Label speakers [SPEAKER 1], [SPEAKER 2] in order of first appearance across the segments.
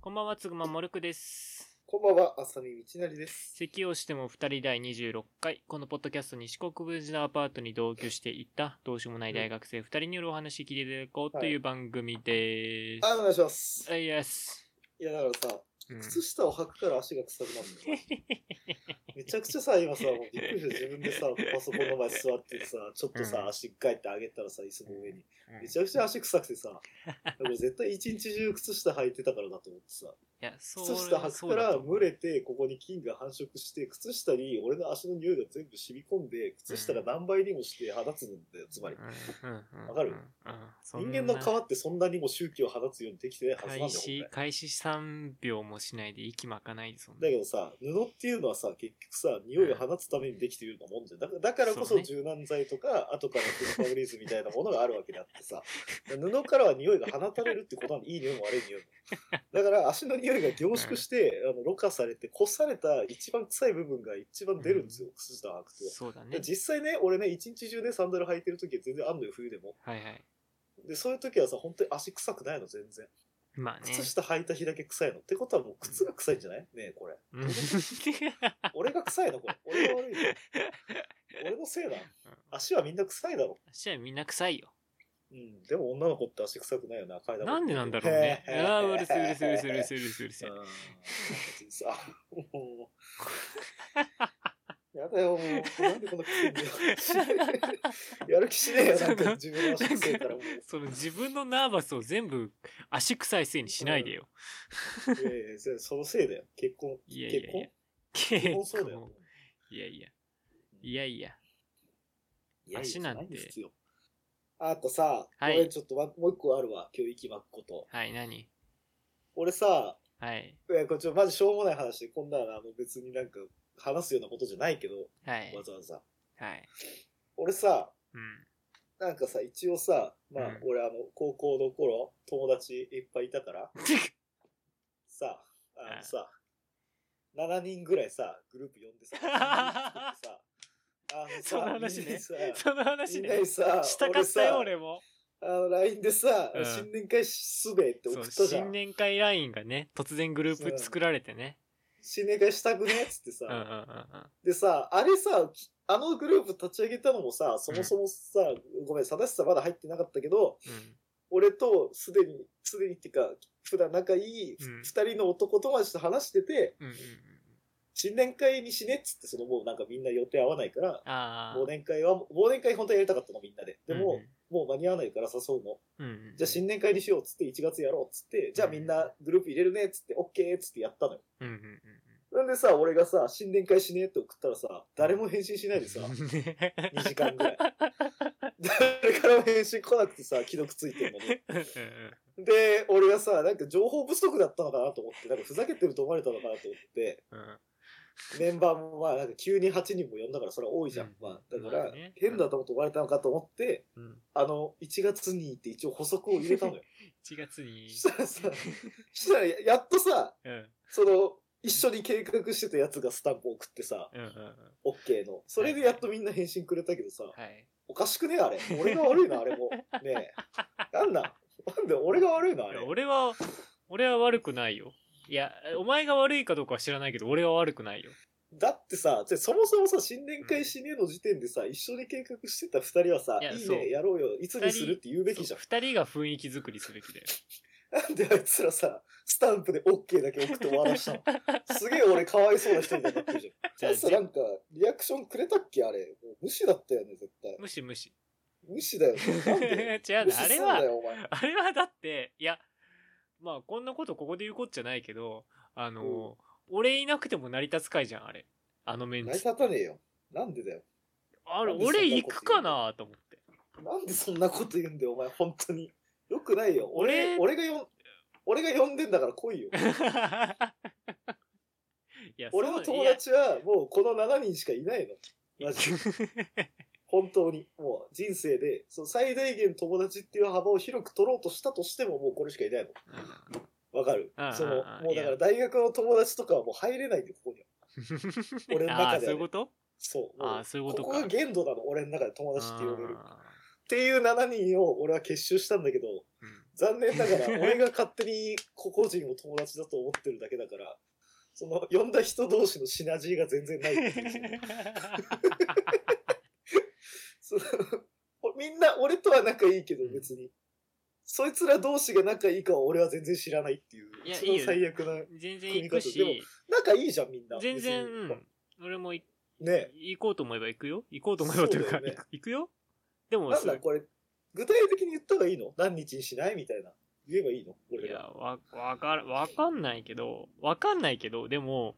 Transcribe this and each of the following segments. [SPEAKER 1] こんばんは、つぐまもるくです。
[SPEAKER 2] こんばんは、浅見道成です。
[SPEAKER 1] 咳をしても二人第26回、このポッドキャストに四国無事のアパートに同居していた、どうしようもない大学生二人によるお話聞いていただこうという番組で
[SPEAKER 2] あ、お
[SPEAKER 1] す。
[SPEAKER 2] 願いします。
[SPEAKER 1] はい、イエス。
[SPEAKER 2] いや、だからさ、
[SPEAKER 1] うん
[SPEAKER 2] 靴下を履くから足が臭くなるのよ。 めちゃくちゃさ、今さ、もうびっくりして自分でさ、パソコンの前座っててさ、ちょっと
[SPEAKER 1] うん
[SPEAKER 2] さ、足かえってあげたらさ、椅子の上に。めち
[SPEAKER 1] い
[SPEAKER 2] ゃくちゃ足臭くてさ、これ絶対一日中靴下履いてたからだと思ってさ、
[SPEAKER 1] や、そう
[SPEAKER 2] 靴下履くか
[SPEAKER 1] そうだ
[SPEAKER 2] ら
[SPEAKER 1] と思う
[SPEAKER 2] 蒸れて、ここに菌が繁殖して、靴下に俺の足の匂いが全部染み込んで、靴下が何倍にもして放つんだよ、つまり。
[SPEAKER 1] うんうんうん
[SPEAKER 2] わかる
[SPEAKER 1] うんうんそん
[SPEAKER 2] 人
[SPEAKER 1] な
[SPEAKER 2] 間の皮ってそんなにも周期を放つようにできてないはずなんだ
[SPEAKER 1] 開。
[SPEAKER 2] よ本来
[SPEAKER 1] 始、開始3秒もしないで息巻かないぞ。
[SPEAKER 2] だけどさ、布っていうのはさ、結局さ、匂いを放つためにできているようなもんじゃん。だからだからこ
[SPEAKER 1] そう
[SPEAKER 2] そ
[SPEAKER 1] ね
[SPEAKER 2] 柔軟剤とか、後からフルファブリーズみたいなものがあるわけであってさ、布からは匂いが放たれるってことなんで、いい匂いも悪い匂いも。だから足の匂いが凝縮して、あの、ろ過されて、こされた一番臭い部分が一番出るんですよ、靴下履くと。
[SPEAKER 1] そうだね
[SPEAKER 2] で。実際ね、俺ね、一日中ね、サンダル履いてる時は全然あんのよ、冬でも。
[SPEAKER 1] はいはい。
[SPEAKER 2] で、そういう時はさ、本当に足臭くないの、全然。
[SPEAKER 1] まあね。
[SPEAKER 2] 靴下履いた日だけ臭いの。ってことはもう靴が臭いんじゃないねえ、これ。
[SPEAKER 1] うん
[SPEAKER 2] 俺が臭いのこれ。俺が悪いの。俺のせいだ。足はみんな臭いだろ。
[SPEAKER 1] 足はみんな臭いよ。
[SPEAKER 2] うん。でも女の子って足臭くないよな、階段
[SPEAKER 1] なんでなんだろうね。
[SPEAKER 2] へへへ
[SPEAKER 1] ああ、うるせえうるせえうるせえうるせえうるせえうるせ
[SPEAKER 2] う
[SPEAKER 1] え
[SPEAKER 2] ん。さ、もう。やだよ、もう。なんでこんな臭いんだよ。やる気しねえよ、なんか自分の足臭いからもう。
[SPEAKER 1] その自分のナーバスを全部足臭いせいにしないでよ。
[SPEAKER 2] いやいや、そそのせいだよ。結婚。
[SPEAKER 1] いやいやいや。
[SPEAKER 2] 結
[SPEAKER 1] 結
[SPEAKER 2] 婚そうだよ
[SPEAKER 1] 構。いやいや。 いやいや。
[SPEAKER 2] いやいや
[SPEAKER 1] 足なんて
[SPEAKER 2] じゃいですよあとさ、
[SPEAKER 1] はい
[SPEAKER 2] 俺ちょっとわもう一個あるわ、今日息巻くこと。
[SPEAKER 1] はい、何
[SPEAKER 2] 俺さ、
[SPEAKER 1] はい。
[SPEAKER 2] いやこれちょっとマジしょうもない話で、こんなのあの別になんか話すようなことじゃないけど、
[SPEAKER 1] はい
[SPEAKER 2] わ。ざわざ。
[SPEAKER 1] はい。
[SPEAKER 2] 俺さ、
[SPEAKER 1] うん。
[SPEAKER 2] なんかさ、一応さ、まあ、
[SPEAKER 1] うん
[SPEAKER 2] 俺あの、高校の頃、友達いっぱいいた から、さ、あのさ、7人ぐらいさ、グループ呼んでさ、 あのさ、
[SPEAKER 1] その話ね
[SPEAKER 2] みんなさ
[SPEAKER 1] その話
[SPEAKER 2] みん
[SPEAKER 1] ね
[SPEAKER 2] な。にさ、
[SPEAKER 1] したかったよ、
[SPEAKER 2] 俺
[SPEAKER 1] 俺
[SPEAKER 2] さ
[SPEAKER 1] も。
[SPEAKER 2] あの、LINE でさ、
[SPEAKER 1] うん
[SPEAKER 2] 新年会すべって送
[SPEAKER 1] そう、
[SPEAKER 2] ったじゃん。
[SPEAKER 1] 新年会ラインがね、突然グループ作られてね。
[SPEAKER 2] 新年会したくねっつってさ、
[SPEAKER 1] うんうんうん
[SPEAKER 2] でさ、あれさ、きあのグループ立ち上げたのもさ、そもそもさ、ごめん、正しさまだ入ってなかったけど、
[SPEAKER 1] うん。
[SPEAKER 2] 俺とすでに、すでにっていうか、普段仲いいふ
[SPEAKER 1] うん
[SPEAKER 2] 二人の男友達と話してて、
[SPEAKER 1] うんうんうん。
[SPEAKER 2] 新年会にしねっつって、そのもうなんかみんな予定合わないから、
[SPEAKER 1] ああ。
[SPEAKER 2] 忘年会は、忘年会本当はやりたかったのみんなで。でも、もう間に合わないから誘うの。
[SPEAKER 1] うんうん、うんうん。
[SPEAKER 2] じゃあ新年会にしようっつって1月やろうっつって、じゃあみんなグループ入れるねっつって、OK っつってやったのよ。
[SPEAKER 1] うんうんうん
[SPEAKER 2] なんでさ、俺がさ、新年会しねって送ったらさ、誰も返信しないでさ、
[SPEAKER 1] うん。
[SPEAKER 2] 2時間ぐらい。誰からも返信来なくてさ、既読ついてんのに。
[SPEAKER 1] うんうん
[SPEAKER 2] で、俺がさ、なんか情報不足だったのかなと思って、なんかふざけてると思われたのかなと思って、
[SPEAKER 1] うん
[SPEAKER 2] メンバーもまあ、なんか急に8人も呼んだからそれは多いじゃ
[SPEAKER 1] うん
[SPEAKER 2] ん。まあ、だか
[SPEAKER 1] ま
[SPEAKER 2] ら
[SPEAKER 1] あね、
[SPEAKER 2] 変だと思われたのかと思って、
[SPEAKER 1] うん。
[SPEAKER 2] あの、1月に行って一応補足を入れたのよ。
[SPEAKER 1] 1月に
[SPEAKER 2] そ、したらさ、そしたらややっとさ、
[SPEAKER 1] うん、
[SPEAKER 2] その、一緒に計画してたやつがスタンプ送ってさ、
[SPEAKER 1] うん、うんうん。
[SPEAKER 2] OK の。それでやっとみんな返信くれたけどさ、
[SPEAKER 1] はい。
[SPEAKER 2] おかしくねあれ。俺が悪いな、あれも。ねえ。なんなんなんで俺が悪いのあ
[SPEAKER 1] い
[SPEAKER 2] れ
[SPEAKER 1] や。俺は、俺は悪くないよ。いや、お前が悪いかどうかは知らないけど、俺は悪くないよ。
[SPEAKER 2] だってさ、じゃあそもそもさ、新年会しねえの時点でさ、一緒に計画してた二人はさ、
[SPEAKER 1] いや
[SPEAKER 2] いい
[SPEAKER 1] そう
[SPEAKER 2] ね、やろうよ、いつにするって言うべきじゃん。
[SPEAKER 1] 二人が雰囲気作りすべきだよ。
[SPEAKER 2] なんであいつらさ、スタンプで OK だけ送って終わ らしたのすげえ俺かわいそうな人になってるじゃん。
[SPEAKER 1] じ
[SPEAKER 2] じ
[SPEAKER 1] ゃあ
[SPEAKER 2] ゃあさ、なんか、リアクションくれたっけあれ。もう無視だったよね、絶対。
[SPEAKER 1] 無視無視。
[SPEAKER 2] 無視だよね。
[SPEAKER 1] 違
[SPEAKER 2] な
[SPEAKER 1] うん
[SPEAKER 2] で無
[SPEAKER 1] ね、あ
[SPEAKER 2] 視す
[SPEAKER 1] れ
[SPEAKER 2] んだ
[SPEAKER 1] は、
[SPEAKER 2] よ、お前。
[SPEAKER 1] あれはだって、いや、まあ、こんなことここで言うこっちゃないけど、あの、俺いなくても成り立つ会じゃん、あれ。あのメン
[SPEAKER 2] 成り
[SPEAKER 1] ツ。
[SPEAKER 2] 立たねえよ。なんでだよ。
[SPEAKER 1] あれ、
[SPEAKER 2] なんでそんなこと
[SPEAKER 1] 俺
[SPEAKER 2] 言う
[SPEAKER 1] 行くかなと思って。
[SPEAKER 2] なんでそんなこと言うんだよ、お前、本当に。よくないよ。
[SPEAKER 1] 俺
[SPEAKER 2] 俺、俺がよん、俺が呼んでんだから来いよ。
[SPEAKER 1] いや、
[SPEAKER 2] 俺の
[SPEAKER 1] そう
[SPEAKER 2] 友達はもうこの7人しかいないの。マジで。 本当に。もう人生で、その最大限友達っていう幅を広く取ろうとしたとしても、もうこれしかいないの。
[SPEAKER 1] いや
[SPEAKER 2] わかる
[SPEAKER 1] うんうんうん
[SPEAKER 2] その、もうだか
[SPEAKER 1] いや
[SPEAKER 2] ら大学の友達とかはもう入れないんで、こ こには。俺の
[SPEAKER 1] ああー、
[SPEAKER 2] 中
[SPEAKER 1] そ
[SPEAKER 2] で
[SPEAKER 1] うい
[SPEAKER 2] はね、
[SPEAKER 1] うこと
[SPEAKER 2] そう。
[SPEAKER 1] あー
[SPEAKER 2] も
[SPEAKER 1] そういうことか
[SPEAKER 2] ここが限度なの、俺の中で友達って呼べる。
[SPEAKER 1] あ
[SPEAKER 2] っていう7人を俺は結集したんだけど、
[SPEAKER 1] ーうん
[SPEAKER 2] 残念ながら、俺が勝手に個々人を友達だと思ってるだけだから、その、呼んだ人同士のシナジーが全然ないっていう。そのおみんな俺とは仲いいけど別に、そいつら同士が仲いいかは俺は全然知らないっていう、
[SPEAKER 1] いや
[SPEAKER 2] 一番
[SPEAKER 1] いいよ
[SPEAKER 2] 最悪な。
[SPEAKER 1] 全然行くし
[SPEAKER 2] 組み方で、仲いいじゃんみんな。
[SPEAKER 1] 全然、
[SPEAKER 2] 別に
[SPEAKER 1] うん俺も行
[SPEAKER 2] ね
[SPEAKER 1] 行こうと思えば行くよ。行こうと思えばという
[SPEAKER 2] そ
[SPEAKER 1] か、
[SPEAKER 2] うだよね
[SPEAKER 1] 行く行くよ。でも
[SPEAKER 2] なん
[SPEAKER 1] すぐ
[SPEAKER 2] だこれ、具体的に言った方がいいの何日にしないみたいな。言えばいいの
[SPEAKER 1] い
[SPEAKER 2] 俺
[SPEAKER 1] や
[SPEAKER 2] が。
[SPEAKER 1] わわからわかんないけどわかんないけどでも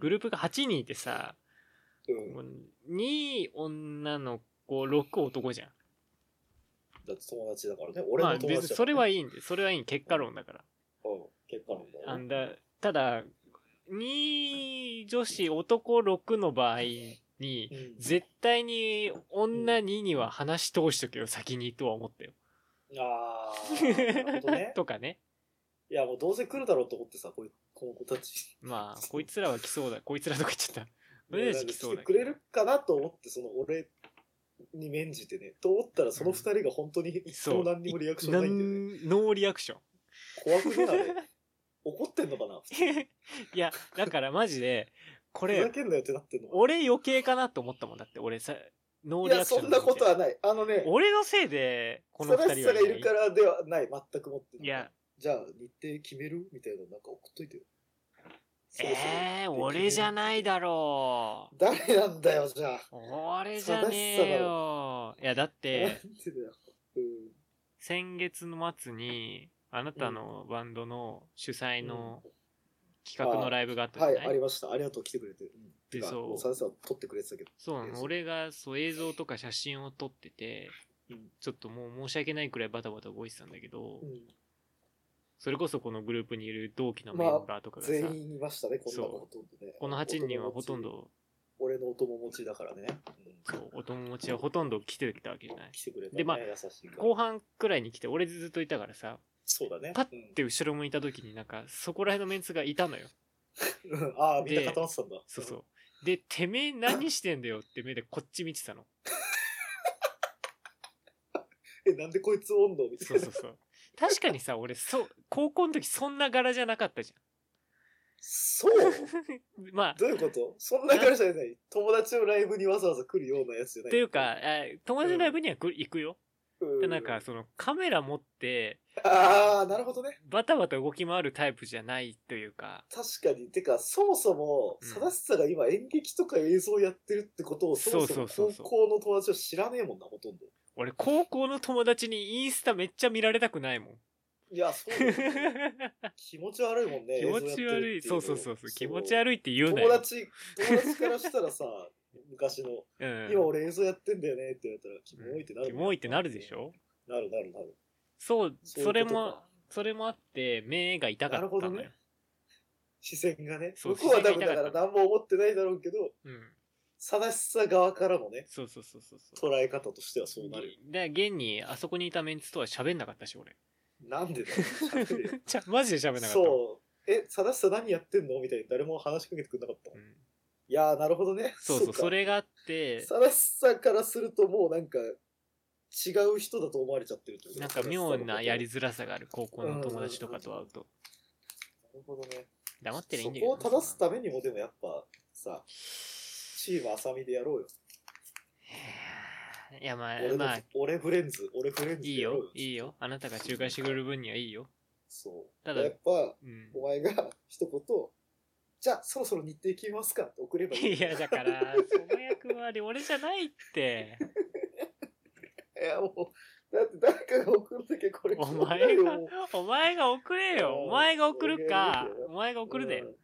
[SPEAKER 1] グル
[SPEAKER 2] ル
[SPEAKER 1] ープが8人いてさ
[SPEAKER 2] うん。
[SPEAKER 1] もう2女の子6男じゃん
[SPEAKER 2] だって友達だからね。俺
[SPEAKER 1] ま
[SPEAKER 2] の
[SPEAKER 1] あ
[SPEAKER 2] 友達だから、ね。
[SPEAKER 1] 別にそれはいいんでそれはいいん結果論だから
[SPEAKER 2] うん、結果論だよね
[SPEAKER 1] あんだただ2女子男6の場合に
[SPEAKER 2] うん
[SPEAKER 1] 絶対に女2には話し通しとけよ先にとは思ったよ、。
[SPEAKER 2] あーなるほどね
[SPEAKER 1] とかね
[SPEAKER 2] いや、もうどうせ来るだろうと思ってさ、こいこの子たち。
[SPEAKER 1] ま あこいつらは来そうだこいつらとか言っちゃった
[SPEAKER 2] い
[SPEAKER 1] 俺
[SPEAKER 2] や
[SPEAKER 1] たち
[SPEAKER 2] なんか
[SPEAKER 1] 来そう
[SPEAKER 2] 来
[SPEAKER 1] だ
[SPEAKER 2] て
[SPEAKER 1] け
[SPEAKER 2] く
[SPEAKER 1] ど
[SPEAKER 2] れるかなと思って、その俺に免じてね。と思ったら、その二人が本当に一
[SPEAKER 1] そ
[SPEAKER 2] も
[SPEAKER 1] う
[SPEAKER 2] 何にもリアクションないんだよね。
[SPEAKER 1] なんノーリアクション
[SPEAKER 2] 怖くねあれ。怒ってんのかな
[SPEAKER 1] いや、だからマジで、こ
[SPEAKER 2] ふざ
[SPEAKER 1] れ、
[SPEAKER 2] けんなよってなってんのか
[SPEAKER 1] 俺余計かなと思ったもんだって、俺さ、ノー
[SPEAKER 2] な
[SPEAKER 1] リ
[SPEAKER 2] い
[SPEAKER 1] ア
[SPEAKER 2] や、
[SPEAKER 1] クショ
[SPEAKER 2] そ
[SPEAKER 1] ン
[SPEAKER 2] んなこと
[SPEAKER 1] は
[SPEAKER 2] はない。あのね、
[SPEAKER 1] 俺のせいで、この二
[SPEAKER 2] 正し
[SPEAKER 1] 人は
[SPEAKER 2] さがいるか
[SPEAKER 1] い
[SPEAKER 2] らではない。全くもって。
[SPEAKER 1] いや、
[SPEAKER 2] じゃあ、日程決めるみたいなのなんか送っといてよ。
[SPEAKER 1] えー、俺じゃないだろう。
[SPEAKER 2] そうそう。誰なんだよ、じゃあ。
[SPEAKER 1] 俺じゃねえよ。いや、だって、
[SPEAKER 2] なんでだよ。うん
[SPEAKER 1] 先月の末に、あなたのバンドの主催の企画のライブがあったじゃ
[SPEAKER 2] は
[SPEAKER 1] ない
[SPEAKER 2] い、ありました。ありがとう、来てくれて。うん、
[SPEAKER 1] で
[SPEAKER 2] てか
[SPEAKER 1] そう
[SPEAKER 2] もうサンさん撮ってくれてたけど。
[SPEAKER 1] そうなの、俺がそう映像とか写真を撮ってて、
[SPEAKER 2] うん
[SPEAKER 1] ちょっともう申し訳ないくらいバタバタ動いてたんだけど、
[SPEAKER 2] うん、
[SPEAKER 1] それこそこのグループにいる同期のメンバーとかがさ、
[SPEAKER 2] 全員いましたね、こんなの
[SPEAKER 1] そう
[SPEAKER 2] ほとんどね。
[SPEAKER 1] この8人はほとんど、
[SPEAKER 2] お友達。俺のお友持ちだからね。うん
[SPEAKER 1] そう、お友達はほとんど来てきたわけじゃない。
[SPEAKER 2] 来てくれた、ね。
[SPEAKER 1] でまあ
[SPEAKER 2] 優しいから
[SPEAKER 1] 後半くらいに来て、俺ずっといたからさ、
[SPEAKER 2] そうだね。
[SPEAKER 1] パッ
[SPEAKER 2] うん
[SPEAKER 1] で、後ろ向いた時になんか、そこら辺のメンツがいたのよ。
[SPEAKER 2] うん ああ、みんな
[SPEAKER 1] で
[SPEAKER 2] 固まってたんだ。
[SPEAKER 1] そうそう。で、てめえ何してんだよって目でこっち見てたの。
[SPEAKER 2] うん。え、なんでこいつ温度みた
[SPEAKER 1] そ
[SPEAKER 2] いうな。
[SPEAKER 1] そうそう。 確かにさ、俺、そう、高校の時そんな柄じゃなかったじ
[SPEAKER 2] そう
[SPEAKER 1] ゃん。まあ、
[SPEAKER 2] どういうことそんな彼じゃない。友達のライブにわざわざ来るようなやつじゃない。
[SPEAKER 1] というか、、あ友達のライブには来る行くよ。
[SPEAKER 2] う
[SPEAKER 1] でなんか、そのカメラ持って、
[SPEAKER 2] ああ、なるほどね。
[SPEAKER 1] バタバタ動き回るタイプじゃないというか、
[SPEAKER 2] 確かに。てか、そもそも、
[SPEAKER 1] うん
[SPEAKER 2] 正しさが今演劇とか映像やってるってことを、そもそ
[SPEAKER 1] そ
[SPEAKER 2] も
[SPEAKER 1] うそうそうそう
[SPEAKER 2] 高校の友達は知らねえもんな、ほとんど。
[SPEAKER 1] 俺、高校の友達にインスタめっちゃ見られたくない もん。
[SPEAKER 2] いや、そうだよね気持ち悪いもん ね。
[SPEAKER 1] 気持ち悪い。そうそうそうそう。気持ち悪いって言うな
[SPEAKER 2] 友
[SPEAKER 1] よ。
[SPEAKER 2] 達、友達からした らさ、昔の、
[SPEAKER 1] うん
[SPEAKER 2] 今俺映像やってんだよねって言われたら、キモいってなるもん。
[SPEAKER 1] キモいってなるでしょ
[SPEAKER 2] なるなるなる。
[SPEAKER 1] そう、
[SPEAKER 2] そういうことか
[SPEAKER 1] それも、それもあって、目が痛かっ
[SPEAKER 2] なるほ
[SPEAKER 1] た
[SPEAKER 2] ど
[SPEAKER 1] のよ
[SPEAKER 2] ね。視線がね。
[SPEAKER 1] そう
[SPEAKER 2] 向こうは多
[SPEAKER 1] 視
[SPEAKER 2] 分
[SPEAKER 1] 線が
[SPEAKER 2] だ
[SPEAKER 1] 痛
[SPEAKER 2] か
[SPEAKER 1] かった
[SPEAKER 2] ら何も思ってないだろうけど、
[SPEAKER 1] うん。
[SPEAKER 2] 正しさ側からのね、
[SPEAKER 1] そうそうそうそうそ
[SPEAKER 2] 捉
[SPEAKER 1] う。
[SPEAKER 2] え方としてはそうなるよ。
[SPEAKER 1] で、現に、あそこにいたメンツとは喋んなかったし、 俺。
[SPEAKER 2] なんでだよ喋れよ。
[SPEAKER 1] じゃ、マジで喋んなかった。
[SPEAKER 2] そう。え、正しさ何やってんのみたいに誰も話しかけてくれなかった。
[SPEAKER 1] うん。
[SPEAKER 2] いやー、なるほどね。
[SPEAKER 1] そうそう、
[SPEAKER 2] か
[SPEAKER 1] それがあって、
[SPEAKER 2] 正しさからするともうなんか、違う人だと思われちゃってるってこと
[SPEAKER 1] なんか妙なやり
[SPEAKER 2] な
[SPEAKER 1] づらさがある、高校の友達とかと会うと。
[SPEAKER 2] るほどね。
[SPEAKER 1] 黙ってりゃいい
[SPEAKER 2] そ
[SPEAKER 1] んだけど
[SPEAKER 2] こ
[SPEAKER 1] な。
[SPEAKER 2] を正すためにもでもやっぱさ、チーム浅見でやろうよ。
[SPEAKER 1] いや、まあ
[SPEAKER 2] 俺、の
[SPEAKER 1] まあ、
[SPEAKER 2] 俺フレンズ、俺フレンズ
[SPEAKER 1] いい
[SPEAKER 2] でやろう
[SPEAKER 1] よ、いいよ。あなたが仲介してくれる分にはいいよ。
[SPEAKER 2] そう。
[SPEAKER 1] た
[SPEAKER 2] た
[SPEAKER 1] だ
[SPEAKER 2] だやっぱ、
[SPEAKER 1] うん。
[SPEAKER 2] お前が一言、じゃあそろそろ日程決めますかって送ればいい。
[SPEAKER 1] いや、だから、その役割俺じゃないって。
[SPEAKER 2] いやもう、だって誰かが送るだけこれ
[SPEAKER 1] お
[SPEAKER 2] 決まんない
[SPEAKER 1] 前
[SPEAKER 2] よ
[SPEAKER 1] が
[SPEAKER 2] もう、
[SPEAKER 1] お前が送れよ。お前が送るか
[SPEAKER 2] いやいやいや。
[SPEAKER 1] お前が送るだ
[SPEAKER 2] う
[SPEAKER 1] よ
[SPEAKER 2] ん。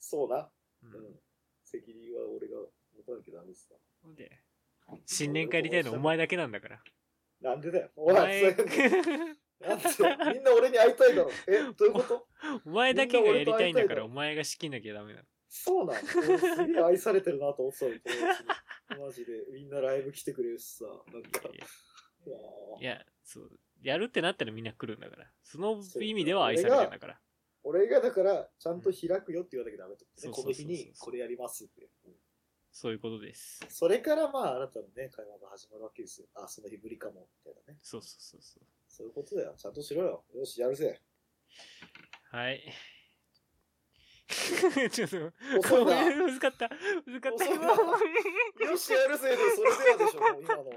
[SPEAKER 2] そうな。
[SPEAKER 1] う
[SPEAKER 2] うんん。責任は俺が持たなきゃダメです
[SPEAKER 1] ほんで新年会やりたいのお前だけなんだから。
[SPEAKER 2] な。なんでだよ。
[SPEAKER 1] お
[SPEAKER 2] お前、
[SPEAKER 1] 前
[SPEAKER 2] それ、なんでだよみんな俺に会いたいだろ。え、どういうこと
[SPEAKER 1] お前だけがやりたいんだ
[SPEAKER 2] みんな俺と会いた
[SPEAKER 1] か
[SPEAKER 2] いから
[SPEAKER 1] ら、お前が仕切んなきゃダメだ。
[SPEAKER 2] そうなん俺すげえ愛されてるなと思ってたの友達にマジで、みんなライブ来てくれるしさ、なんか、うわ
[SPEAKER 1] い
[SPEAKER 2] ー
[SPEAKER 1] や、そう。やるってなったらみんな来るんだから。その意味では愛されてんだから。
[SPEAKER 2] 俺がだから、ちゃんと開くよって言わなきゃダメってことね。
[SPEAKER 1] そう
[SPEAKER 2] こ
[SPEAKER 1] そう
[SPEAKER 2] の
[SPEAKER 1] そうそう
[SPEAKER 2] 日にこれやりますって。うん
[SPEAKER 1] そういうことです。
[SPEAKER 2] それからまあ、あなたのね、会話が始まるわけですよ。あ、その日ぶりかも、みたいなね。
[SPEAKER 1] そうそうそうそう。
[SPEAKER 2] そういうことだよ。ちゃんとしろよ。よし、やるぜ。
[SPEAKER 1] はい。 ちょっと、
[SPEAKER 2] 遅いな。よ
[SPEAKER 1] 難かった。難かった。
[SPEAKER 2] 遅いな
[SPEAKER 1] 今
[SPEAKER 2] し、やるぜ。でそれではでしょ、もう今の。
[SPEAKER 1] い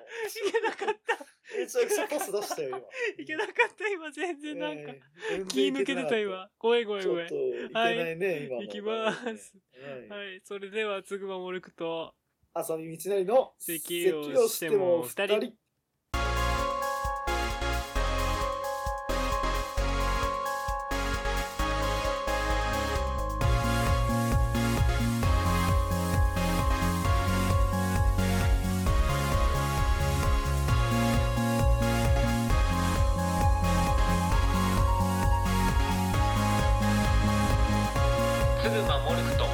[SPEAKER 1] けなかった。
[SPEAKER 2] めちゃくちゃパス出したよ、今。
[SPEAKER 1] いけなかった、今、全然なんか。
[SPEAKER 2] えー
[SPEAKER 1] 気抜けてた、。今。ごめんごめん
[SPEAKER 2] 全
[SPEAKER 1] ごめ
[SPEAKER 2] 然
[SPEAKER 1] ん
[SPEAKER 2] いけなかったち。ょっと、いけないね、今の。
[SPEAKER 1] いきます。
[SPEAKER 2] はい
[SPEAKER 1] はい、それでは、つぐまもるくと、
[SPEAKER 2] 浅見道成の
[SPEAKER 1] 咳をしても二人
[SPEAKER 2] 咳をしても
[SPEAKER 1] つぐまもるくと、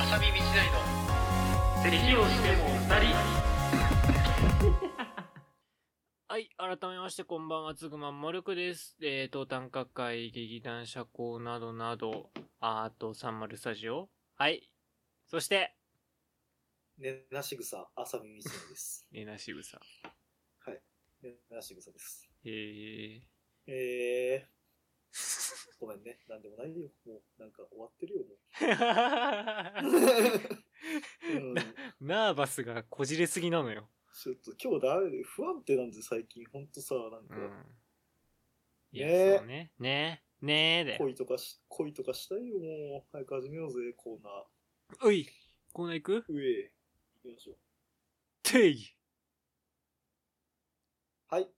[SPEAKER 1] あさみみちないの、咳をしても二人。 はい、改めまして、こんばんは、つぐまもるくです。えー、と、短歌会、劇団社交などなど、アート30スタジオ。はい。そして、
[SPEAKER 2] ねなしぐさ、浅見道成です。
[SPEAKER 1] えなしぐさ。
[SPEAKER 2] ねなしぐさです。
[SPEAKER 1] えー、
[SPEAKER 2] えー、ごめんね。なんでもないよ。もう、なんか終わってるよ、もう。うん、
[SPEAKER 1] ナーバスがこじれすぎなのよ。
[SPEAKER 2] ちょっと今日ダメで、不安定なんで最近、ほんとさ、なん
[SPEAKER 1] う
[SPEAKER 2] か、
[SPEAKER 1] ん。いや、
[SPEAKER 2] ねえ
[SPEAKER 1] そうね。ねえ。ねえだよ。
[SPEAKER 2] 恋とかし、恋とかしたいよ、もう。早く始めようぜ、コーナ
[SPEAKER 1] うい。コーナー行く
[SPEAKER 2] ー。うえ、行きましょう。
[SPEAKER 1] 定義。
[SPEAKER 2] はい。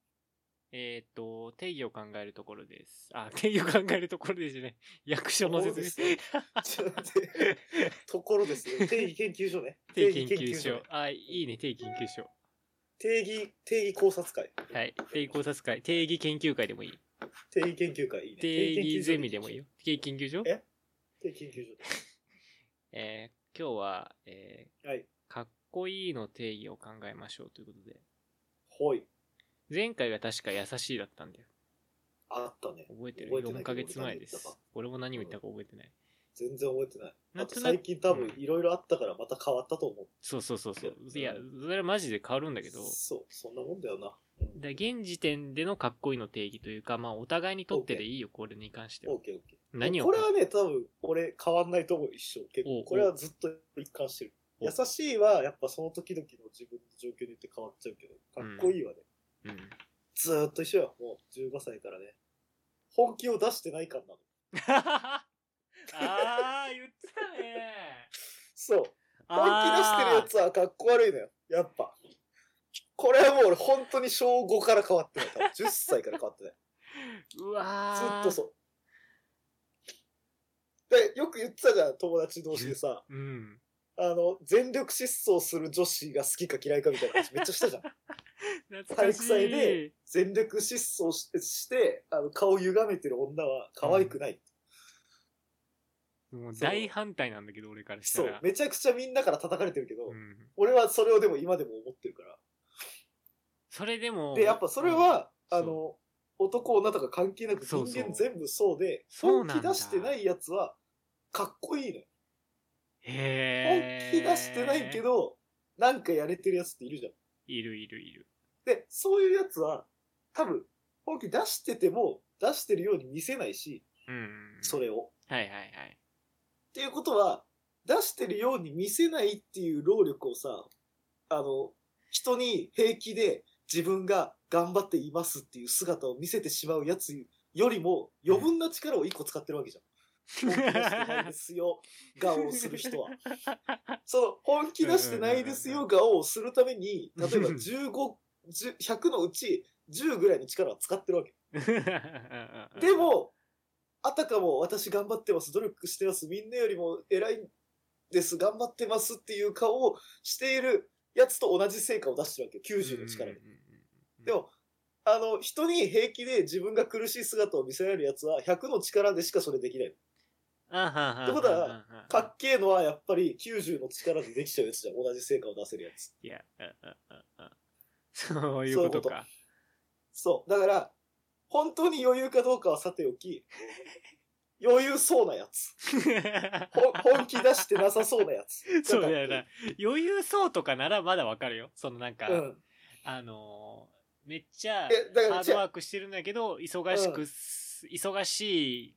[SPEAKER 1] えっ、と、定義を考えるところです。あ、 定義を考えるところですね。役所の説
[SPEAKER 2] そうで
[SPEAKER 1] 明。
[SPEAKER 2] ちょっと待ってところですね。定義研究所ね。
[SPEAKER 1] 定義研究
[SPEAKER 2] ね
[SPEAKER 1] 所。あ、いいね、定義研究所。
[SPEAKER 2] 定義、定義考察会。
[SPEAKER 1] はい。定義考察会、定義研究会でもいい。
[SPEAKER 2] 定義研究会いいね。
[SPEAKER 1] 定義ゼミでもいいよ。定義研究所
[SPEAKER 2] え定義研究所。定義研究
[SPEAKER 1] えー今日は、え
[SPEAKER 2] 所はい。
[SPEAKER 1] ーかっこいいの定義を考えましょうということで。
[SPEAKER 2] ほい。
[SPEAKER 1] 前回が確か優しいだったんだよ。
[SPEAKER 2] あったね。
[SPEAKER 1] 覚えてる
[SPEAKER 2] 覚えてない
[SPEAKER 1] ?4 ヶ月前で
[SPEAKER 2] 俺何言った
[SPEAKER 1] す
[SPEAKER 2] か。
[SPEAKER 1] 俺も何を言ったか覚えてない。
[SPEAKER 2] 全然覚えてない。
[SPEAKER 1] な
[SPEAKER 2] あ
[SPEAKER 1] んと
[SPEAKER 2] と
[SPEAKER 1] なく
[SPEAKER 2] 最近多分いろいろあったからまた変わったと思う。
[SPEAKER 1] そうそうそうそう。
[SPEAKER 2] うん
[SPEAKER 1] いや、それはマジで変わるんだけど、
[SPEAKER 2] そう、そんなもんだよな。うん
[SPEAKER 1] だ現時点でのかっこいいの定義というか、まあ、お互いにとってでいいよ、これに関しては
[SPEAKER 2] オ。ッケーオッケー。
[SPEAKER 1] 何を
[SPEAKER 2] これはね、多分俺変わんないと思う、一生。結
[SPEAKER 1] おう
[SPEAKER 2] 構。これはずっと一貫してる。
[SPEAKER 1] お
[SPEAKER 2] 優しいはやっぱその時々の自分の状況によって変わっちゃうけど、かっこいいはね、
[SPEAKER 1] うん。
[SPEAKER 2] ずーっと一緒よ。もう15歳からね。本気を出してない感なの。
[SPEAKER 1] ああ、言ってたね。
[SPEAKER 2] そう。本気出してるや
[SPEAKER 1] あ
[SPEAKER 2] つはかっこ悪いのよ。やっぱ。これはもう俺本当に小5から変わってない。多分10歳から変わっ てない。
[SPEAKER 1] ーうわ
[SPEAKER 2] ず
[SPEAKER 1] ー
[SPEAKER 2] っとそう。で、よく言ってたじゃん、友達同士でさ、
[SPEAKER 1] う。ん。
[SPEAKER 2] あの、全力疾走する女子が好きか嫌いかみたいな話めっちゃしたじ ゃん。
[SPEAKER 1] 懐
[SPEAKER 2] 体
[SPEAKER 1] か
[SPEAKER 2] 育
[SPEAKER 1] しい。
[SPEAKER 2] 祭で全力疾走して、してあの顔歪めてる女は可愛くない。
[SPEAKER 1] もう大反対なんだけど、俺からした
[SPEAKER 2] そう
[SPEAKER 1] ら。。
[SPEAKER 2] めちゃくちゃみんなから叩かれてるけど、
[SPEAKER 1] ん。
[SPEAKER 2] 俺はそれをでも今でも思ってるから。
[SPEAKER 1] それでも。
[SPEAKER 2] で、やっぱそれ
[SPEAKER 1] うん、
[SPEAKER 2] は、
[SPEAKER 1] うん
[SPEAKER 2] あの、男女とか関係なく
[SPEAKER 1] そ
[SPEAKER 2] 人
[SPEAKER 1] うそう
[SPEAKER 2] 間全部そうで、
[SPEAKER 1] そう
[SPEAKER 2] 本
[SPEAKER 1] なん
[SPEAKER 2] 気
[SPEAKER 1] だ
[SPEAKER 2] 出してないやつはかっこいいのよ。
[SPEAKER 1] へ
[SPEAKER 2] 本
[SPEAKER 1] ー
[SPEAKER 2] 気出してないけ。ど、なんかやれてるやつっているじゃん。
[SPEAKER 1] いるいるいる。
[SPEAKER 2] で、そういうやつは、多分、本気出してても、出してるように見せないし、
[SPEAKER 1] うん。
[SPEAKER 2] それを。っ
[SPEAKER 1] はいはいはい。
[SPEAKER 2] ていうことは、出してるように見せないっていう労力をさ、あの、人に平気で自分が頑張っていますっていう姿を見せてしまうやつよりも、余分な力を一個使ってるわけじゃん。本気出してないですよ、顔をする人は。その、本気出してないですよ、顔をするために、例えば15、10 100のうち10ぐらいの力は使ってるわけ。でも、あたかも私頑張ってます、努力してます、みんなよりも偉いんです、頑張ってますっていう顔をしているやつと同じ成果を出してるわけよ、90の力で。でも、あの、人に平気で自分が苦しい姿を見せられるやつは100の力でしかそれできない。
[SPEAKER 1] っ
[SPEAKER 2] ってことは、かっけえのはやっぱり90の力でできちゃうやつじゃん、同じ成果を出せるやつ。
[SPEAKER 1] いや、ああああそういうことか。。
[SPEAKER 2] そう。だから、本当に余裕かどうかはさておき、余裕そうなやつ。ほ本気出してなさそうなやつ
[SPEAKER 1] そうだよな。余裕そうとかならまだわかるよ。そのなんか、
[SPEAKER 2] うん。
[SPEAKER 1] あのーめっちゃ
[SPEAKER 2] えだから
[SPEAKER 1] ハードワークしてるんだけど、忙し
[SPEAKER 2] う
[SPEAKER 1] くす、忙しい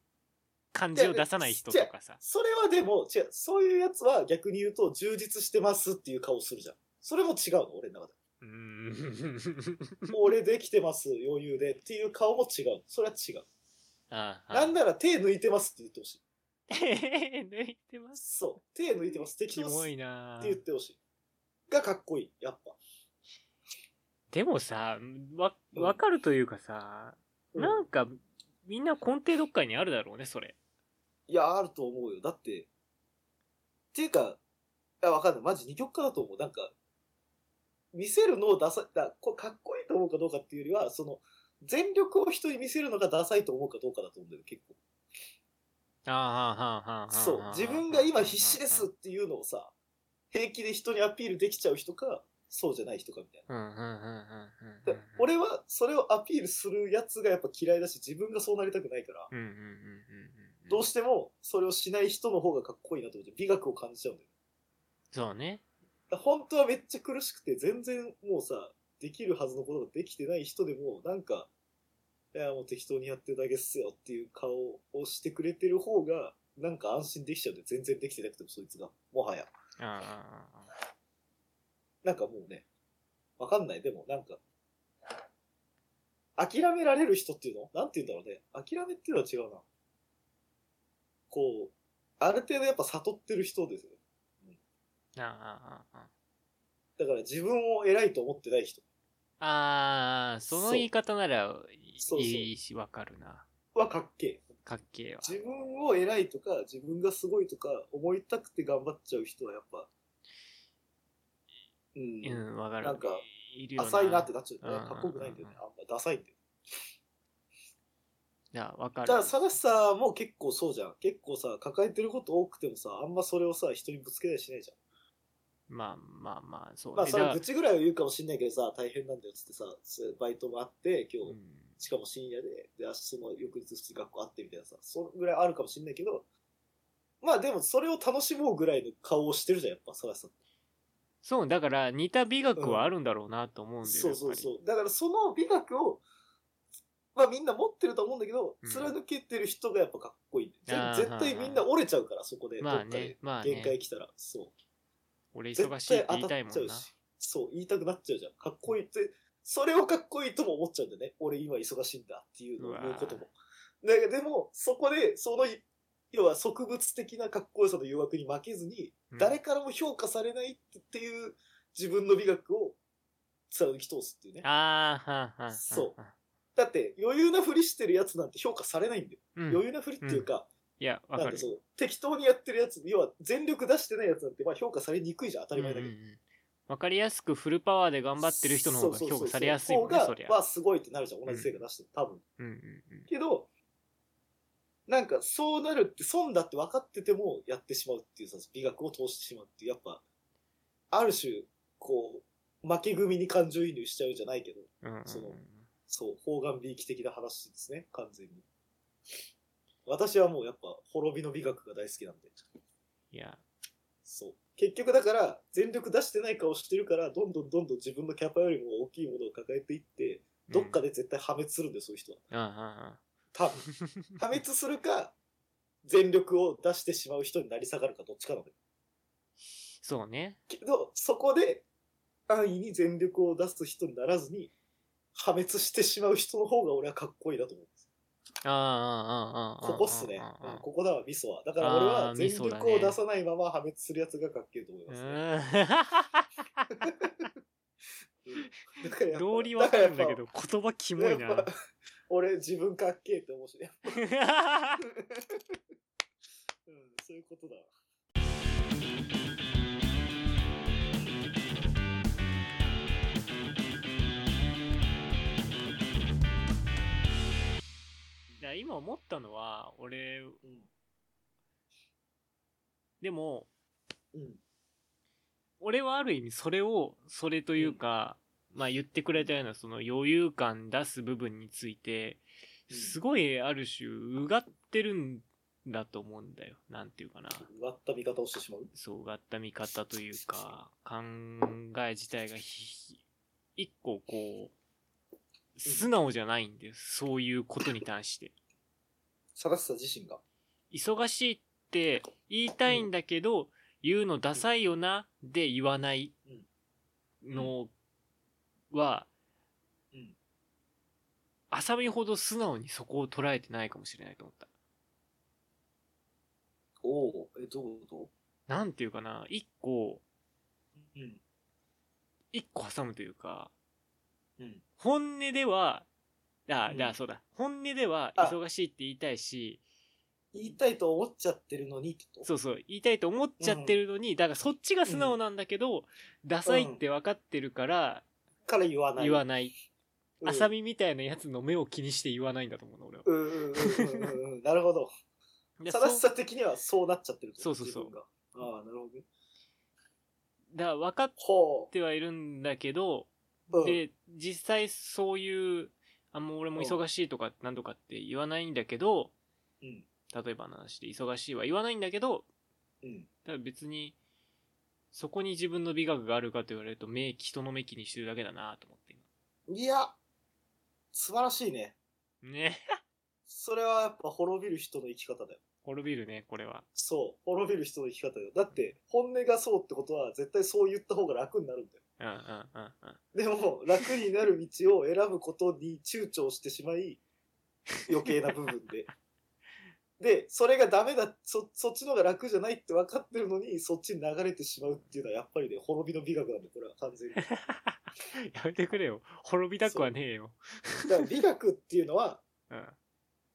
[SPEAKER 1] 感じを出さない人とかさ。
[SPEAKER 2] それはでも、違う、そういうやつは逆に言うと、充実してますっていう顔するじゃん。それも違うの、俺の 中で。
[SPEAKER 1] うーん。
[SPEAKER 2] 俺できてます、余裕でっていう顔も違う。それは違う。
[SPEAKER 1] ああ
[SPEAKER 2] なんなら手抜いてますって言ってほしい。
[SPEAKER 1] 抜いてます。
[SPEAKER 2] そう。手抜いてます。適
[SPEAKER 1] キ
[SPEAKER 2] 当っ
[SPEAKER 1] モ
[SPEAKER 2] すっ
[SPEAKER 1] い
[SPEAKER 2] て
[SPEAKER 1] な
[SPEAKER 2] 言ってほしい。がかっこいい、やっぱ。
[SPEAKER 1] でもさ、わ、わかるというかさ、
[SPEAKER 2] うん
[SPEAKER 1] なんか、みんな根底どっかにあるだろうね、それ。
[SPEAKER 2] いや、あると思うよ。だって、っていうか、いや、わかんない。マジ二極化だと思う。なんか、見せるのをダサい、だこれかっこいいと思うかどうかっていうよりは、その、全力を人に見せるのがダサいと思うかどうかだと思うんだよ、結構。
[SPEAKER 1] ああ、はあ、はあ、はあ。
[SPEAKER 2] そう。自分が今必死ですっ。ていうのをさ、平気で人にアピールできちゃう人か、そうじゃない人かみたいな。
[SPEAKER 1] うん、うん、うん、うんうん。
[SPEAKER 2] で俺はそれをアピールするやつがやっぱ嫌いだし自分がそうなりたくないから
[SPEAKER 1] うん、うん、うん、うんうん。
[SPEAKER 2] どうしてもそれをしない人の方がかっこいいなと思って美学を感じちゃうんだよ
[SPEAKER 1] そうね。
[SPEAKER 2] だから本当はめっちゃ苦しくて全然もうさできるはずのことができてない人でもなんかいやもう適当にやってるだけっすよっていう顔をしてくれてる方がなんか安心できちゃうんで全然できてなくてもそいつがもはや
[SPEAKER 1] ああああ、ああ
[SPEAKER 2] なんかもうね、わかんない。でも、なんか、諦められる人っていうのなんて言うんだろうね。諦めっていうのは違うな。こう、ある程度やっぱ悟ってる人ですよね。
[SPEAKER 1] ああ、ああ。
[SPEAKER 2] だから自分を偉いと思ってない人。
[SPEAKER 1] ああ、その言い方なら
[SPEAKER 2] そうそう
[SPEAKER 1] いいし、わかるな。
[SPEAKER 2] はかっけえ。
[SPEAKER 1] かっけえわ。
[SPEAKER 2] 自分を偉いとか、自分がすごいとか、思いたくて頑張っちゃう人はやっぱ、
[SPEAKER 1] う
[SPEAKER 2] う、
[SPEAKER 1] んん、わかる。
[SPEAKER 2] なんか
[SPEAKER 1] いるよ
[SPEAKER 2] 浅いなってなっちゃうよ
[SPEAKER 1] う
[SPEAKER 2] ね。
[SPEAKER 1] ん
[SPEAKER 2] かっこよくないんだよね。あんまダサいんだよね
[SPEAKER 1] いや、わかる。
[SPEAKER 2] ただ、サダシさんも結構そうじゃん。結構さ、抱えてること多くてもさ、あんまそれをさ、人にぶつけたりしないじゃ
[SPEAKER 1] まあまあまあ、そ
[SPEAKER 2] ん。
[SPEAKER 1] う
[SPEAKER 2] まあ、
[SPEAKER 1] ね
[SPEAKER 2] それ
[SPEAKER 1] だ
[SPEAKER 2] は
[SPEAKER 1] か
[SPEAKER 2] 愚痴ぐらいは言うかもしんないけどさ、大変なんだよっつってさ、そうバイトもあって、今
[SPEAKER 1] ら
[SPEAKER 2] 日、
[SPEAKER 1] うん
[SPEAKER 2] しかも深夜で、で、明日その翌日普通に学校あってみたいなさ、それぐらいあるかもしんないけど、まあでもそれを楽しもうぐらいの顔をしてるじゃん、やっぱ、サダシさん。
[SPEAKER 1] そう、だから似た美学はあるんだろうなと思うんだよ、
[SPEAKER 2] そう
[SPEAKER 1] やっぱり
[SPEAKER 2] そうそう。だからその美学を、まあみんな持ってると思うんだけど、
[SPEAKER 1] うん
[SPEAKER 2] 貫けてる人がやっぱかっこいいんだよ、
[SPEAKER 1] あー
[SPEAKER 2] 絶対みんな折れちゃうから、そこで。
[SPEAKER 1] まあ
[SPEAKER 2] どっかで
[SPEAKER 1] ね、まあ
[SPEAKER 2] 限
[SPEAKER 1] ね
[SPEAKER 2] 界。来たら、そう。
[SPEAKER 1] 俺
[SPEAKER 2] 絶
[SPEAKER 1] 忙しいっ
[SPEAKER 2] 対
[SPEAKER 1] て言い
[SPEAKER 2] 当
[SPEAKER 1] た
[SPEAKER 2] た
[SPEAKER 1] い
[SPEAKER 2] っ
[SPEAKER 1] も
[SPEAKER 2] ちゃ
[SPEAKER 1] ん
[SPEAKER 2] う
[SPEAKER 1] な。
[SPEAKER 2] し。そう、言いたくなっちゃうじゃん。かっこいいって、それをかっこいいとも思っちゃうんだよね。俺今忙しいんだっていうのを
[SPEAKER 1] うわー
[SPEAKER 2] 言うことも。だからでも、そこで、その、要は植物的なかっこよさの誘惑に負けずに、
[SPEAKER 1] うん
[SPEAKER 2] 誰からも評価されないっていう自分の美学を貫き通すっていうね。
[SPEAKER 1] ああ、はあはあ。
[SPEAKER 2] そうだって、余裕なふりしてるやつなんて評価されないんだよ。
[SPEAKER 1] うん。
[SPEAKER 2] 余裕なふりっていうか、
[SPEAKER 1] いや、わ
[SPEAKER 2] な
[SPEAKER 1] か
[SPEAKER 2] ん
[SPEAKER 1] る
[SPEAKER 2] か。そう、適当にやってるやつ、要は全力出してないやつなんて、まあ評価されにくいじゃん、当たり前だけど。
[SPEAKER 1] うんうんうんわかりやすくフルパワーで頑張ってる人の方が評価されやすいもんね、
[SPEAKER 2] そ
[SPEAKER 1] そ
[SPEAKER 2] うそうそう
[SPEAKER 1] り
[SPEAKER 2] そ
[SPEAKER 1] ゃ
[SPEAKER 2] う方。がまあすごいってなるじゃん、同じ成果出してる、多分。
[SPEAKER 1] うんうんうん
[SPEAKER 2] けど、なんかそうなるって損だって分かっててもやってしまうっていうさ、美学を通してしまうっていう、やっぱ、ある種、こう、負け組に感情移入しちゃうじゃないけど、
[SPEAKER 1] うんうんうん。
[SPEAKER 2] そのそう、方眼美意気的な話ですね、完全に。私はもうやっぱ、滅びの美学が大好きなんで。
[SPEAKER 1] いや、
[SPEAKER 2] そう。結局だから、全力出してない顔してるから、どんどんどんどん自分のキャパよりも大きいものを抱えていって、どっか
[SPEAKER 1] で。
[SPEAKER 2] で絶対破滅するんだよ、そういう人は。
[SPEAKER 1] うんうんうん。
[SPEAKER 2] 多分。破滅するか、全力を出してしまう人になり下がるか、どっちかなんだよ。
[SPEAKER 1] そうね。
[SPEAKER 2] けど、そこで、安易に全力を出す人にならずに、破滅してしまう人の方が俺はかっこいいなと思うんです。
[SPEAKER 1] ああ、ああ、ああ。
[SPEAKER 2] ここっすね
[SPEAKER 1] あ。あ
[SPEAKER 2] うん
[SPEAKER 1] ああ
[SPEAKER 2] ここだわ、ミソは。だから俺
[SPEAKER 1] あ
[SPEAKER 2] は
[SPEAKER 1] ー
[SPEAKER 2] 全
[SPEAKER 1] ミソ
[SPEAKER 2] 力
[SPEAKER 1] だね
[SPEAKER 2] を出さないまま破滅するやつがかっけえと思いますね。 うん だからや
[SPEAKER 1] うん。
[SPEAKER 2] っぱ
[SPEAKER 1] 道理わかるんだけ。
[SPEAKER 2] からやっ
[SPEAKER 1] ど、言葉キモい
[SPEAKER 2] や っ
[SPEAKER 1] な
[SPEAKER 2] ぱ。俺自分かっけえって思うし ね。うん、そういうことだわ。
[SPEAKER 1] いや今思ったのは俺
[SPEAKER 2] うん。
[SPEAKER 1] でも
[SPEAKER 2] うん。
[SPEAKER 1] 俺はある意味それをそれというか、まあ言ってくれたようなその余裕感出す部分について
[SPEAKER 2] うん
[SPEAKER 1] すごいある種うがってるんだと思うんだよなんていうかな
[SPEAKER 2] 割った見方をしてしまう。
[SPEAKER 1] そううがった見方というか考え自体がひ一個こう素直じゃないんです。そういうことに対して。
[SPEAKER 2] 探すさ自身が。
[SPEAKER 1] 忙しいって言いたいんだけど、言うのダサいよなで言わないのは、
[SPEAKER 2] うん
[SPEAKER 1] 浅見ほど素直にそこを捉えてないかもしれないと思った。
[SPEAKER 2] おお、え、どういうこ
[SPEAKER 1] なんていうかな、一個、
[SPEAKER 2] とうん。
[SPEAKER 1] 一個挟むというか、
[SPEAKER 2] うん。
[SPEAKER 1] 本音では、あ、
[SPEAKER 2] うん
[SPEAKER 1] じゃあそうだ、本音では
[SPEAKER 2] あ
[SPEAKER 1] 忙しいって言いたいし、
[SPEAKER 2] 言いたいと思っちゃってるのにってこと
[SPEAKER 1] そうそう、言いたいと思っちゃってるのに、だからそっちが素直なんだけど、ダサいって分かってるから
[SPEAKER 2] から言わない。
[SPEAKER 1] 言わ
[SPEAKER 2] ない。
[SPEAKER 1] ない。
[SPEAKER 2] うん、
[SPEAKER 1] 浅見みたいなやつの目を気にして言わないんだと思うの、俺は。
[SPEAKER 2] うんうんうんうん うん。なるほど。
[SPEAKER 1] で
[SPEAKER 2] 正し
[SPEAKER 1] そう
[SPEAKER 2] さ的にはそうなっちゃってるってこと
[SPEAKER 1] そうそうそう
[SPEAKER 2] 自分がああ、なるほどね。
[SPEAKER 1] だから分かっ
[SPEAKER 2] ほ
[SPEAKER 1] てはいるんだけど、
[SPEAKER 2] う。うん、
[SPEAKER 1] で、実際そういう、あ、もう俺も忙しいとかなんとかって言わないんだけど、
[SPEAKER 2] うん。
[SPEAKER 1] 例えばの話で忙しいは言わないんだけど、
[SPEAKER 2] うん。
[SPEAKER 1] だから別に、そこに自分の美学があるかと言われると、目、人の目気にしてるだけだなと思って
[SPEAKER 2] いや、素晴らしいね。
[SPEAKER 1] 今。ね。
[SPEAKER 2] それはやっぱ滅びる人の生き方だよ。
[SPEAKER 1] 滅びるね、これは。
[SPEAKER 2] そう。滅びる人の生き方だよ。だって、本音がそうってことは、絶対そう言った方が楽になるんだよ。
[SPEAKER 1] うんうんうんうん。
[SPEAKER 2] でも、楽になる道を選ぶことに躊躇してしまい、余計な部分で。 で、それがダメだ、そ、そっちの方が楽じゃないって分かってるのに、そっちに流れてしまうっていうのは、やっぱりね、滅びの美学なんだ、これは完全に。だか
[SPEAKER 1] やめてくれよ。滅びたくはねえよ。
[SPEAKER 2] ら美学っていうのは、
[SPEAKER 1] うん。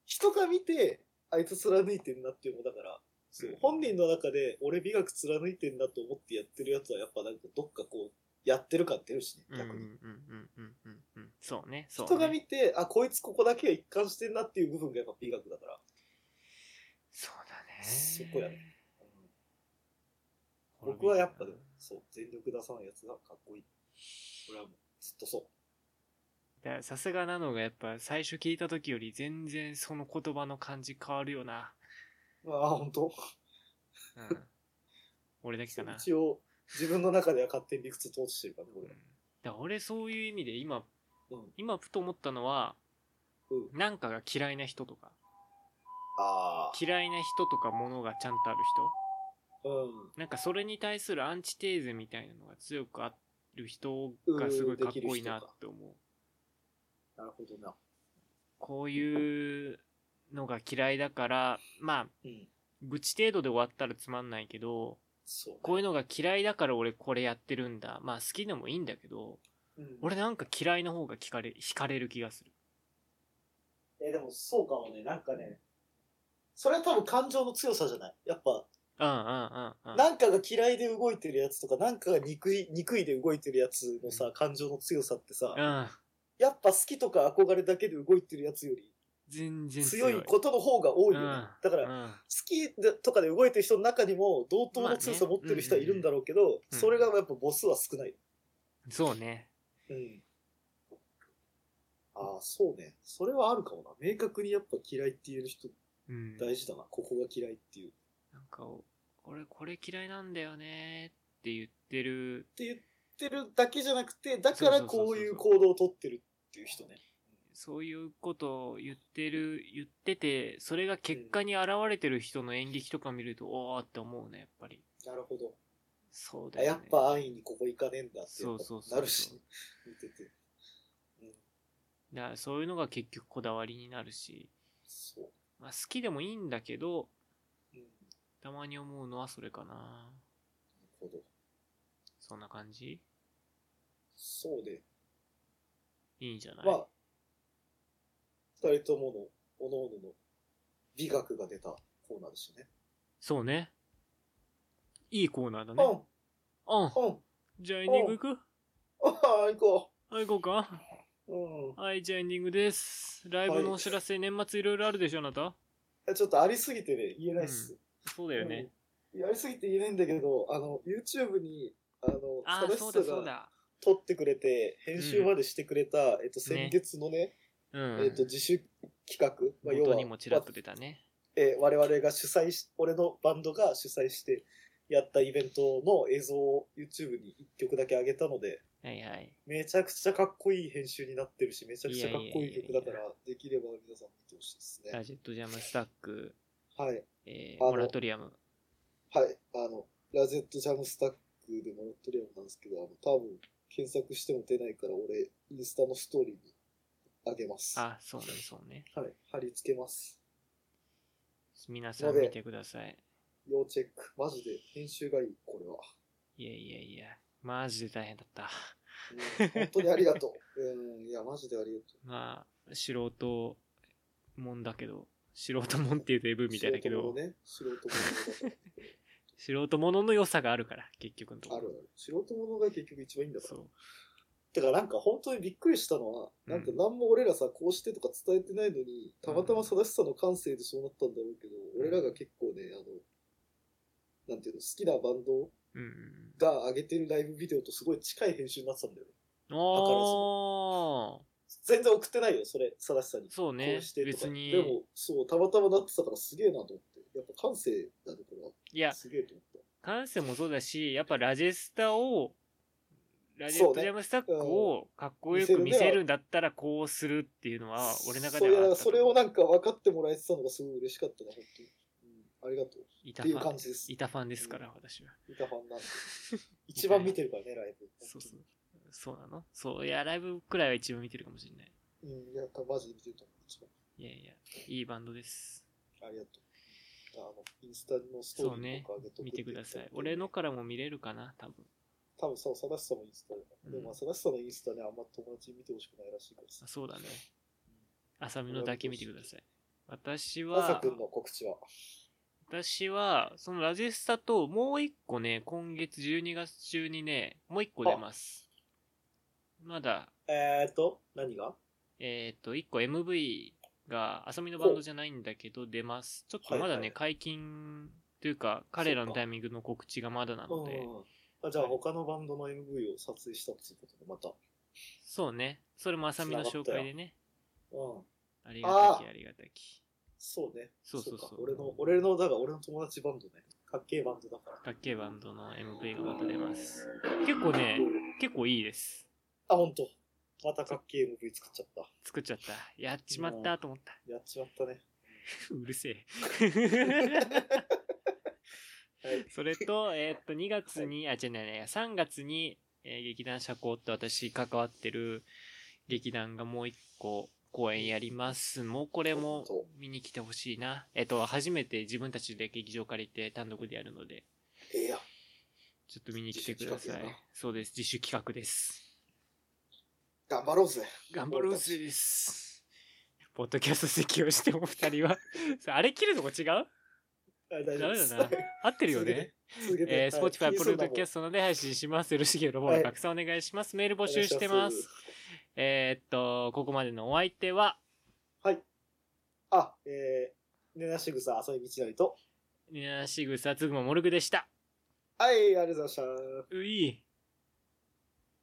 [SPEAKER 2] 人が見て、あいつ貫いてんなっていうのだから、そう
[SPEAKER 1] うん
[SPEAKER 2] 本人の中で、俺美学貫いてんなと思ってやってるやつは、やっぱなんかどっかこう、やってる感出るしね、
[SPEAKER 1] うんうん
[SPEAKER 2] 逆に。
[SPEAKER 1] うんうんうんうん。そうね、そう、ね。
[SPEAKER 2] 人が見て、あ、こいつここだけは一貫してんなっていう部分がやっぱ美学だから。
[SPEAKER 1] そうだね。
[SPEAKER 2] そこやね僕はやっぱでも、そう、全力出さないやつがかっこいい。俺はもう、ずっとそ
[SPEAKER 1] だからさすがなのがやっぱ最初聞いた時より全然その言葉の感じ変わるよな。
[SPEAKER 2] う。ああ、本当
[SPEAKER 1] うん。俺だけかな。
[SPEAKER 2] 一応、自分の中では勝手に理屈通してるからね、
[SPEAKER 1] うん
[SPEAKER 2] 俺
[SPEAKER 1] だから俺そういう意味で今、
[SPEAKER 2] は。うん。
[SPEAKER 1] 今ふと思ったのは、
[SPEAKER 2] うん。
[SPEAKER 1] なんかが嫌いな人とか、
[SPEAKER 2] ああ。
[SPEAKER 1] 嫌いな人とかものがちゃんとある
[SPEAKER 2] うん。
[SPEAKER 1] 人なんかそれに対するアンチテーゼみたいなのが強くある人がすごいかっこいいなって思う。
[SPEAKER 2] なるほどな。
[SPEAKER 1] こういうのが嫌いだから、まあ、
[SPEAKER 2] うん。
[SPEAKER 1] 愚痴程度で終わったらつまんないけど、
[SPEAKER 2] そう、ね。
[SPEAKER 1] こういうのが嫌いだから俺これやってるんだ。まあ好きでもいいんだけど、
[SPEAKER 2] うん、
[SPEAKER 1] 俺なんか嫌いの方が惹かれ、惹かれる気がする。
[SPEAKER 2] えーでもそうかもね、なんかね、それは多分感情の強さじゃない。やっぱ、
[SPEAKER 1] うんうんうんうん。
[SPEAKER 2] なんかが嫌いで動いてるやつとか、なんかが憎い、憎いで動いてるやつのさ、感情の強さってさ、
[SPEAKER 1] うん。
[SPEAKER 2] やっぱ好きとか憧れだけで動いてるやつより
[SPEAKER 1] 全然
[SPEAKER 2] 強いことの方が多いよね。だから、好
[SPEAKER 1] ら、
[SPEAKER 2] きでとかで動いてる人の中にも同等の強さ持ってる人はいるんだろうけど、
[SPEAKER 1] うん
[SPEAKER 2] それがやっぱ母数は少ない。
[SPEAKER 1] うんそうね。
[SPEAKER 2] うん。ああ、そうね。それはあるかもな。明確にやっぱ嫌いって言える人
[SPEAKER 1] うん。
[SPEAKER 2] 大事だな。ここが嫌いっていう。っ
[SPEAKER 1] なんか、俺これ嫌いなんだよねって言ってる。
[SPEAKER 2] て言ってるだけじゃなくて、だからこういう行動をとってるっていう人ね。
[SPEAKER 1] そういうことを言ってる、言ってて、それが結果に現れてる人の演劇とか見ると、おーって思うね、やっぱり。
[SPEAKER 2] なるほど。
[SPEAKER 1] そうだ
[SPEAKER 2] あ
[SPEAKER 1] よね。
[SPEAKER 2] やっぱ安易にここ行かねえんだってやっぱ
[SPEAKER 1] そうそうそうそう
[SPEAKER 2] なるし、見てて。うん、
[SPEAKER 1] だからそういうのが結局こだわりになるし、
[SPEAKER 2] そう。
[SPEAKER 1] まあ、好きでもいいんだけど
[SPEAKER 2] うん、なる
[SPEAKER 1] たまに思うのはそれかな
[SPEAKER 2] ほど。
[SPEAKER 1] そんな感じ
[SPEAKER 2] そうで、
[SPEAKER 1] いいんじゃない、
[SPEAKER 2] まあ、二人ともの、おのおのの美学が出たコーナーでしたね。
[SPEAKER 1] そうねいいコーナーだね
[SPEAKER 2] うん、
[SPEAKER 1] うん
[SPEAKER 2] うん、
[SPEAKER 1] じゃあエンディングいく
[SPEAKER 2] ああ、行こ
[SPEAKER 1] はい行こうか
[SPEAKER 2] う。うん
[SPEAKER 1] はいじゃあエンディングですライブのお知らせ、年末いろいろあるでしょあなた
[SPEAKER 2] え。ちょっとありすぎてね、言えないっす。
[SPEAKER 1] そうだよね、
[SPEAKER 2] うん。やりすぎて言えないんだけど、あの、YouTube に、あの、
[SPEAKER 1] ああ
[SPEAKER 2] サ
[SPEAKER 1] そう
[SPEAKER 2] ダ
[SPEAKER 1] だ
[SPEAKER 2] シス
[SPEAKER 1] そう
[SPEAKER 2] が
[SPEAKER 1] だ
[SPEAKER 2] 撮ってくれて、編集までしてくれた、えっと、先月のね、
[SPEAKER 1] うん、
[SPEAKER 2] えっと、自主企画、まあ、要
[SPEAKER 1] 元
[SPEAKER 2] は、
[SPEAKER 1] にもちらっと出たね
[SPEAKER 2] えー我々が主催し、俺のバンドが主催してやったイベントの映像を YouTube に1曲だけ上げたので、
[SPEAKER 1] はいはい。
[SPEAKER 2] めちゃくちゃかっこいい編集になってるし、めちゃくちゃかっこいい曲だか
[SPEAKER 1] いやいやいやい
[SPEAKER 2] ら、できれば皆さん見てほしいですね
[SPEAKER 1] ラ。ジェットジャムスタック、
[SPEAKER 2] はい。
[SPEAKER 1] えー、
[SPEAKER 2] あの
[SPEAKER 1] モラトリアム。
[SPEAKER 2] はい。あの、ラゼットジャムスタックでもらってるやつなんですけど、あの、多分、検索しても出ないから、俺、インスタのストーリーにあげます。は
[SPEAKER 1] あ、そうね、そうね。
[SPEAKER 2] い。貼り付けます。
[SPEAKER 1] 皆さん見てください。
[SPEAKER 2] 要チェック。マジで、編集がいい、これは。
[SPEAKER 1] いやいやいや、マジで大変だった。
[SPEAKER 2] うん、本当にありがと う。うん、いや、マジでありがと
[SPEAKER 1] まあ、素人もんだけど、素人もんって言うとエブ
[SPEAKER 2] う。
[SPEAKER 1] みたいだけど、
[SPEAKER 2] 素人ものね。素人ものだか
[SPEAKER 1] 素人ものの良さがあるから、結局のと
[SPEAKER 2] ら。
[SPEAKER 1] こ
[SPEAKER 2] あるあ
[SPEAKER 1] ろ。
[SPEAKER 2] る。素人ものが結局一番いいんだから
[SPEAKER 1] そ。う。
[SPEAKER 2] だからなんか本当にびっくりしたのは、
[SPEAKER 1] うん
[SPEAKER 2] なんか何も俺らさ、こうしてとか伝えてないのに、たまたま正しさの感性でそうなったんだろうけど、
[SPEAKER 1] ん
[SPEAKER 2] 俺らが結構ね、あの、なんていうの、好きなバンド
[SPEAKER 1] うんうん
[SPEAKER 2] が上げてるライブビデオとすごい近い編集になってたんだよね。
[SPEAKER 1] うん。おー
[SPEAKER 2] 全然送ってないよ、それ、正しさに。こ
[SPEAKER 1] そうね
[SPEAKER 2] うして、とか。
[SPEAKER 1] 別に
[SPEAKER 2] で。も、そう、たまたまなってたからすげえなと思って。やっぱ感性だね、こ
[SPEAKER 1] い
[SPEAKER 2] れは。
[SPEAKER 1] や、
[SPEAKER 2] すげえと思っ
[SPEAKER 1] 感性もそうだし、やっぱラジェスタを、ラジェスタジャムスタックをかっこよく見せるんだったらこうするっていうの
[SPEAKER 2] た。
[SPEAKER 1] は、俺の中
[SPEAKER 2] そ
[SPEAKER 1] で
[SPEAKER 2] ういやだ
[SPEAKER 1] はあ
[SPEAKER 2] から
[SPEAKER 1] った
[SPEAKER 2] それをなんか分かってもらえてたのがすごい嬉しかったな、本当に。うん、ありがとう。
[SPEAKER 1] い
[SPEAKER 2] ったて
[SPEAKER 1] フ
[SPEAKER 2] いう
[SPEAKER 1] ァン
[SPEAKER 2] 感、じです
[SPEAKER 1] い。たファンですから、私は。
[SPEAKER 2] 見たファン なんで。一番見てるからね、ライブ。
[SPEAKER 1] そうそう。そうなのそう、いや、ライブくらいは一番見てるかもしれない。
[SPEAKER 2] うん、いや、マジで見てると思う。一
[SPEAKER 1] いやいや、いいバンドです。
[SPEAKER 2] 番。ありがとう。あの、インスタのストーリーとか上げとく
[SPEAKER 1] 見
[SPEAKER 2] って
[SPEAKER 1] て
[SPEAKER 2] 言
[SPEAKER 1] く
[SPEAKER 2] った
[SPEAKER 1] だ
[SPEAKER 2] んで
[SPEAKER 1] さい。俺の。からも見れるかな、多分。
[SPEAKER 2] 多分そう、サダシさんもインスタで。
[SPEAKER 1] うん
[SPEAKER 2] でも、まあサダシさんのインスタね、あんま友達に見てほしくないらしいからさ
[SPEAKER 1] あ。そうだね。浅見のだけ見てください。私
[SPEAKER 2] まさ
[SPEAKER 1] は
[SPEAKER 2] く、んの告知は。
[SPEAKER 1] 私は、そのラジェスタと、もう一個ね、今月12月中にね、もう一個出ます。まだ、
[SPEAKER 2] えーと、何が
[SPEAKER 1] えっ、と、一個 MV が、浅見のバンドじゃないんだけど、出ます。ちょっとまだね、
[SPEAKER 2] はいはい
[SPEAKER 1] 解禁というか、彼らのタイミングの告知がまだなので、
[SPEAKER 2] うん。あじゃあ、他のバンドの MV を撮影したっていうことで、また。
[SPEAKER 1] そうね。それも浅見の紹介でね。
[SPEAKER 2] うん。
[SPEAKER 1] ありがたき、ありがたき。
[SPEAKER 2] そうね。
[SPEAKER 1] そうそうそう
[SPEAKER 2] か俺の、俺の、だから俺の友達バンドね。かっけえバンドだから。
[SPEAKER 1] かっけえバンドの MV がまた出ます。結構ね、結構いいです。
[SPEAKER 2] あ、ほんと。またかっけえ MV 作っちゃった。
[SPEAKER 1] 作っちゃった。やっちまったと思った。
[SPEAKER 2] やっちまったね。
[SPEAKER 1] うるせえ。
[SPEAKER 2] はい。
[SPEAKER 1] それ と、えーっと、2月に、あ、違うね、3月に、えー劇団社交って私関わってる劇団がもう一個公演やります。もうこれも見に来てほしいな。えっと、初めて自分たちで劇場借りて単独でやるので、
[SPEAKER 2] ええやん。
[SPEAKER 1] ちょっと見に来てくだ
[SPEAKER 2] 自
[SPEAKER 1] さい
[SPEAKER 2] 主企画やな。
[SPEAKER 1] そうです。自主企画です。
[SPEAKER 2] 頑張ろうぜ。
[SPEAKER 1] 頑張ろうぜです。ポッドキャスト席をしてお二人は、さあれ切るとこ違う
[SPEAKER 2] あ大
[SPEAKER 1] ダメだな。合ってるよね。。
[SPEAKER 2] 続けて。
[SPEAKER 1] えー、
[SPEAKER 2] はい
[SPEAKER 1] Spotify、ポッドキャストので配信します。よろしければフォロー、
[SPEAKER 2] はい
[SPEAKER 1] たくさんお願いします。メール募集してます。。えーっと、ここまでのお相手は、
[SPEAKER 2] あ、えー、ねなしぐさ、浅井道成と。
[SPEAKER 1] ニナシグサツグマモルグでした。
[SPEAKER 2] はい、ありがとうございました。
[SPEAKER 1] うい。